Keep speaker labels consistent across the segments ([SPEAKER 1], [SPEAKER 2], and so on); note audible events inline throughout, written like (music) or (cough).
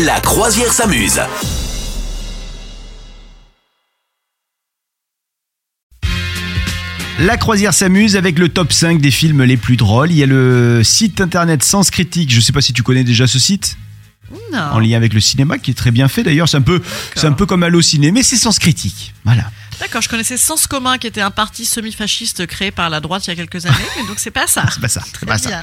[SPEAKER 1] La croisière s'amuse.
[SPEAKER 2] La croisière s'amuse avec le top 5 des films les plus drôles. Il y a le site internet Sens Critique. Je ne sais pas si tu connais déjà ce site en
[SPEAKER 3] Non.
[SPEAKER 2] lien avec le cinéma qui est très bien fait d'ailleurs. C'est un peu, c'est un peu comme Allo Ciné, mais c'est Sens Critique. Voilà.
[SPEAKER 3] D'accord, je connaissais Sens commun qui était un parti semi-fasciste créé par la droite il y a quelques années, mais donc c'est pas ça.
[SPEAKER 2] C'est pas ça. C'est
[SPEAKER 3] Très
[SPEAKER 2] pas ça.
[SPEAKER 3] bien.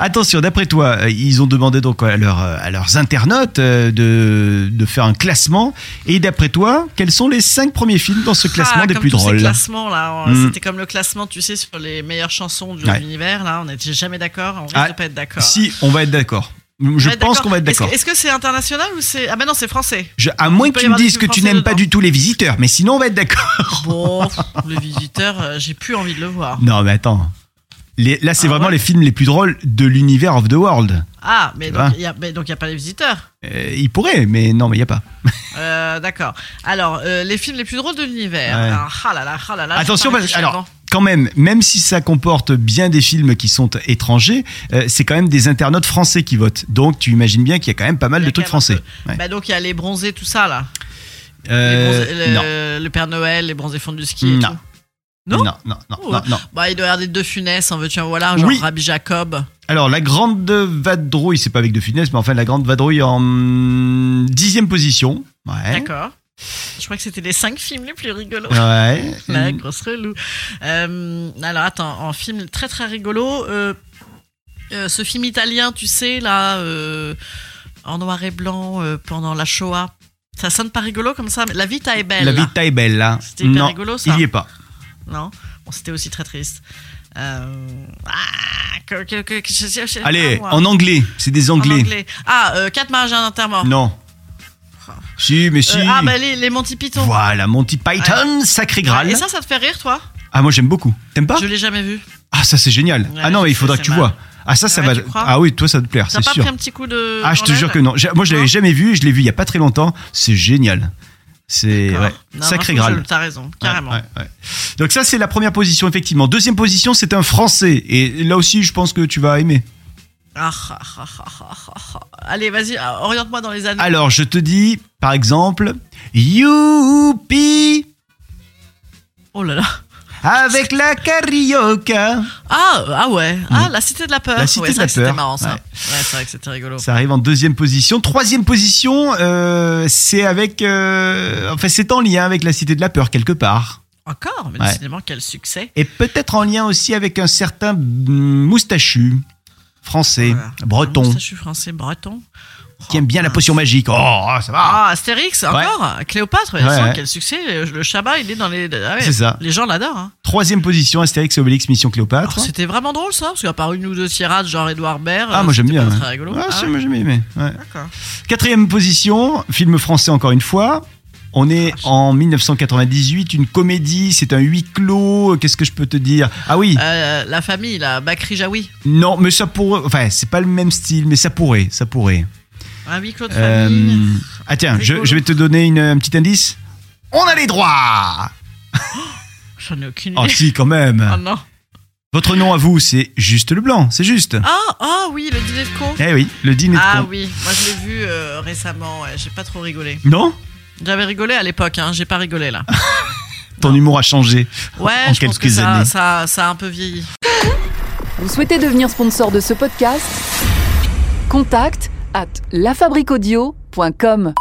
[SPEAKER 2] Attention, d'après toi, euh, ils ont demandé donc à, leurs, euh, à leurs internautes euh, de, de faire un classement. Et d'après toi, quels sont les 5 premiers films dans ce classement
[SPEAKER 3] Ah,
[SPEAKER 2] des
[SPEAKER 3] comme
[SPEAKER 2] plus
[SPEAKER 3] tous Ces
[SPEAKER 2] drôles
[SPEAKER 3] classements, là, on-
[SPEAKER 2] Mm.
[SPEAKER 3] C'était comme le classement, tu sais, sur les meilleures chansons de
[SPEAKER 2] Ouais.
[SPEAKER 3] l'univers. Là, on n'est jamais d'accord, on risque
[SPEAKER 2] Ah,
[SPEAKER 3] de pas être d'accord.
[SPEAKER 2] Si, on va être d'accord.
[SPEAKER 3] On
[SPEAKER 2] Je
[SPEAKER 3] va être
[SPEAKER 2] pense
[SPEAKER 3] d'accord.
[SPEAKER 2] qu'on va être
[SPEAKER 3] Est-ce que-
[SPEAKER 2] d'accord.
[SPEAKER 3] Est-ce que c'est international ou c'est. Ah, ben non,
[SPEAKER 2] (laughs)
[SPEAKER 3] c'est français.
[SPEAKER 2] Je- à moins
[SPEAKER 3] Il
[SPEAKER 2] que
[SPEAKER 3] peut y
[SPEAKER 2] tu me
[SPEAKER 3] avoir des
[SPEAKER 2] dises que
[SPEAKER 3] films
[SPEAKER 2] tu
[SPEAKER 3] français
[SPEAKER 2] n'aimes pas
[SPEAKER 3] dedans.
[SPEAKER 2] du tout les visiteurs, mais sinon on va être d'accord.
[SPEAKER 3] Bon, pff, le visiteur, euh, j'ai plus envie de le voir.
[SPEAKER 2] Non, mais attends. Les- là, c'est
[SPEAKER 3] Ah
[SPEAKER 2] vraiment
[SPEAKER 3] ouais.
[SPEAKER 2] les films les plus drôles de l'univers of the world.
[SPEAKER 3] Ah, mais
[SPEAKER 2] Tu
[SPEAKER 3] donc
[SPEAKER 2] vois.
[SPEAKER 3] il n'y a, mais donc, il y a pas les visiteurs.
[SPEAKER 2] Euh, il pourrait, mais non, mais il n'y a pas.
[SPEAKER 3] Euh, d'accord. Alors, euh, les films les plus drôles de l'univers.
[SPEAKER 2] Ouais.
[SPEAKER 3] Alors, Ah là là, ah là là. j'ai
[SPEAKER 2] Attention,
[SPEAKER 3] pas
[SPEAKER 2] parce-
[SPEAKER 3] réfléchi
[SPEAKER 2] alors,
[SPEAKER 3] avant.
[SPEAKER 2] Quand même, même si ça comporte bien des films qui sont étrangers, euh, c'est quand même des internautes français qui votent. Donc tu imagines bien qu'il y a quand même pas mal
[SPEAKER 3] Il y a
[SPEAKER 2] de trucs
[SPEAKER 3] quand même un
[SPEAKER 2] français. Ouais.
[SPEAKER 3] Bah donc il y a les bronzés, tout ça là. Les
[SPEAKER 2] Euh,
[SPEAKER 3] bronzés- le,
[SPEAKER 2] non.
[SPEAKER 3] le Père Noël, les bronzés fondus du ski. et
[SPEAKER 2] Non.
[SPEAKER 3] tout.
[SPEAKER 2] non,
[SPEAKER 3] Non
[SPEAKER 2] non, non, non,
[SPEAKER 3] Oh.
[SPEAKER 2] non,
[SPEAKER 3] Bah il doit y avoir des deux funesses, en veux-tu un voilà, genre
[SPEAKER 2] Oui. Hein
[SPEAKER 3] Rabbi Jacob.
[SPEAKER 2] Alors la grande vadrouille, c'est pas avec de finesse, mais enfin la grande vadrouille en hum, dixième position. Ouais.
[SPEAKER 3] D'accord. Je crois que c'était les cinq films les plus
[SPEAKER 2] Euh,
[SPEAKER 3] rigolos.
[SPEAKER 2] Ouais.
[SPEAKER 3] (laughs) La grosse relou. Euh, alors attends, en film très très rigolo, euh, euh, ce film italien, tu sais là, euh, en noir et blanc euh, pendant la Shoah. Ça sonne pas rigolo comme ça, mais la vita est belle.
[SPEAKER 2] La vita est belle là.
[SPEAKER 3] C'était hyper
[SPEAKER 2] non,
[SPEAKER 3] rigolo, ça.
[SPEAKER 2] Il y est pas.
[SPEAKER 3] Non, bon, c'était aussi très triste. Euh, ah, que- que- que- que- je- je- je-
[SPEAKER 2] Allez,
[SPEAKER 3] ah, moi.
[SPEAKER 2] en anglais, c'est des
[SPEAKER 3] En
[SPEAKER 2] anglais.
[SPEAKER 3] anglais. Ah, euh, quatre mariages et un enterrement.
[SPEAKER 2] Non. Si, mais si.
[SPEAKER 3] Ah. Euh, ah bah les, les Monty Python.
[SPEAKER 2] Voilà, Monty Python, sacré
[SPEAKER 3] Ah,
[SPEAKER 2] Graal.
[SPEAKER 3] et ça, ça te fait rire, toi
[SPEAKER 2] ah, moi j'aime beaucoup. T'aimes pas
[SPEAKER 3] Je l'ai jamais vu.
[SPEAKER 2] Ah, ça c'est génial.
[SPEAKER 3] Ouais,
[SPEAKER 2] ah non, mais il faudra
[SPEAKER 3] c'est
[SPEAKER 2] que tu
[SPEAKER 3] mal.
[SPEAKER 2] vois. Ah, ça, ça
[SPEAKER 3] Ouais,
[SPEAKER 2] va.
[SPEAKER 3] tu crois
[SPEAKER 2] Ah oui, toi ça te plaire,
[SPEAKER 3] T'as
[SPEAKER 2] c'est
[SPEAKER 3] pas
[SPEAKER 2] sûr.
[SPEAKER 3] pris un petit coup de.
[SPEAKER 2] Ah, je
[SPEAKER 3] dans
[SPEAKER 2] te
[SPEAKER 3] l'aile
[SPEAKER 2] jure que non. J'ai- Moi je l'avais
[SPEAKER 3] Non.
[SPEAKER 2] jamais vu, je l'ai vu il y a pas très longtemps. C'est génial. C'est
[SPEAKER 3] D'accord.
[SPEAKER 2] ouais,
[SPEAKER 3] Ah, Non,
[SPEAKER 2] sacré
[SPEAKER 3] non, je-
[SPEAKER 2] Graal.
[SPEAKER 3] T'as raison, carrément.
[SPEAKER 2] Ouais, ouais, ouais. Donc ça c'est la première position effectivement. Deuxième position c'est un français et là aussi je pense que tu vas aimer.
[SPEAKER 3] Ah, ah, ah, ah, ah, ah, ah. Allez, vas-y, ah, oriente-moi dans les années.
[SPEAKER 2] Alors je te dis par exemple Youpi
[SPEAKER 3] Oh là là.
[SPEAKER 2] avec la carioca.
[SPEAKER 3] Ah, ah ouais. Ah, la cité de la peur.
[SPEAKER 2] Mm. La Cité
[SPEAKER 3] Ouais,
[SPEAKER 2] de
[SPEAKER 3] c'est
[SPEAKER 2] la
[SPEAKER 3] vrai que C'était
[SPEAKER 2] Peur.
[SPEAKER 3] marrant ça.
[SPEAKER 2] Ouais.
[SPEAKER 3] Ouais, c'est vrai que c'était rigolo.
[SPEAKER 2] Ça arrive en deuxième position. Troisième position, euh, c'est avec. euh, enfin, c'est en lien avec la Cité de la Peur, quelque part.
[SPEAKER 3] Encore, mais
[SPEAKER 2] Ouais.
[SPEAKER 3] décidément, quel succès.
[SPEAKER 2] Et peut-être en lien aussi avec un certain mm, moustachu, français,
[SPEAKER 3] Voilà.
[SPEAKER 2] breton,
[SPEAKER 3] Comment Euh, ça, je suis français, breton.
[SPEAKER 2] qui aime bien la
[SPEAKER 3] Oh,
[SPEAKER 2] potion magique. Oh, ah, ça va
[SPEAKER 3] Ah, Astérix, encore Cléopâtre,
[SPEAKER 2] Ouais,
[SPEAKER 3] ça,
[SPEAKER 2] ouais.
[SPEAKER 3] quel succès Le Chabat, il est dans les. ah ouais,
[SPEAKER 2] C'est ça. Ah,
[SPEAKER 3] Les gens l'adorent. hein.
[SPEAKER 2] Troisième position, Astérix et Obélix, Mission Cléopâtre.
[SPEAKER 3] Alors, C'était vraiment drôle ça, parce qu'à part une ou deux tirades, genre Edouard Baird.
[SPEAKER 2] ah,
[SPEAKER 3] euh,
[SPEAKER 2] moi j'aime
[SPEAKER 3] c'était
[SPEAKER 2] bien.
[SPEAKER 3] pas
[SPEAKER 2] ouais.
[SPEAKER 3] Très rigolo.
[SPEAKER 2] Ah,
[SPEAKER 3] Ah
[SPEAKER 2] si,
[SPEAKER 3] ouais.
[SPEAKER 2] moi j'aime bien aimé, ouais.
[SPEAKER 3] D'accord.
[SPEAKER 2] Quatrième position, film français encore une fois. On
[SPEAKER 3] Ah,
[SPEAKER 2] est en 1998, une comédie, c'est un huis clos. Qu'est-ce que je peux te dire Ah oui.
[SPEAKER 3] Euh, la famille, la Bakri Jaoui.
[SPEAKER 2] Non, mais ça pourrait. Enfin, c'est pas le même style, mais ça pourrait, ça pourrait.
[SPEAKER 3] Un huis clos de
[SPEAKER 2] Euh,
[SPEAKER 3] famille.
[SPEAKER 2] Ah tiens, je,
[SPEAKER 3] Rigolo.
[SPEAKER 2] je vais te donner une, un petit indice. On a les
[SPEAKER 3] (laughs)
[SPEAKER 2] droits.
[SPEAKER 3] J'en ai aucune
[SPEAKER 2] Oh
[SPEAKER 3] idée.
[SPEAKER 2] si, quand
[SPEAKER 3] (laughs) Oh
[SPEAKER 2] même.
[SPEAKER 3] non.
[SPEAKER 2] Votre nom à vous, c'est juste le blanc, c'est juste.
[SPEAKER 3] Ah, ah oui, le dîner de con.
[SPEAKER 2] Eh oui, le dîner de
[SPEAKER 3] Ah
[SPEAKER 2] con.
[SPEAKER 3] oui, moi je l'ai vu euh, récemment, ouais, j'ai pas trop rigolé.
[SPEAKER 2] Non,
[SPEAKER 3] J'avais rigolé à l'époque, hein, j'ai pas
[SPEAKER 2] (laughs)
[SPEAKER 3] rigolé là.
[SPEAKER 2] ton humour a changé.
[SPEAKER 3] Ouais,
[SPEAKER 2] En
[SPEAKER 3] je pense que
[SPEAKER 2] quelques années.
[SPEAKER 3] ça, ça, ça a un peu vieilli.
[SPEAKER 4] Vous souhaitez devenir sponsor de ce podcast Contact à lafabriquaudio.com.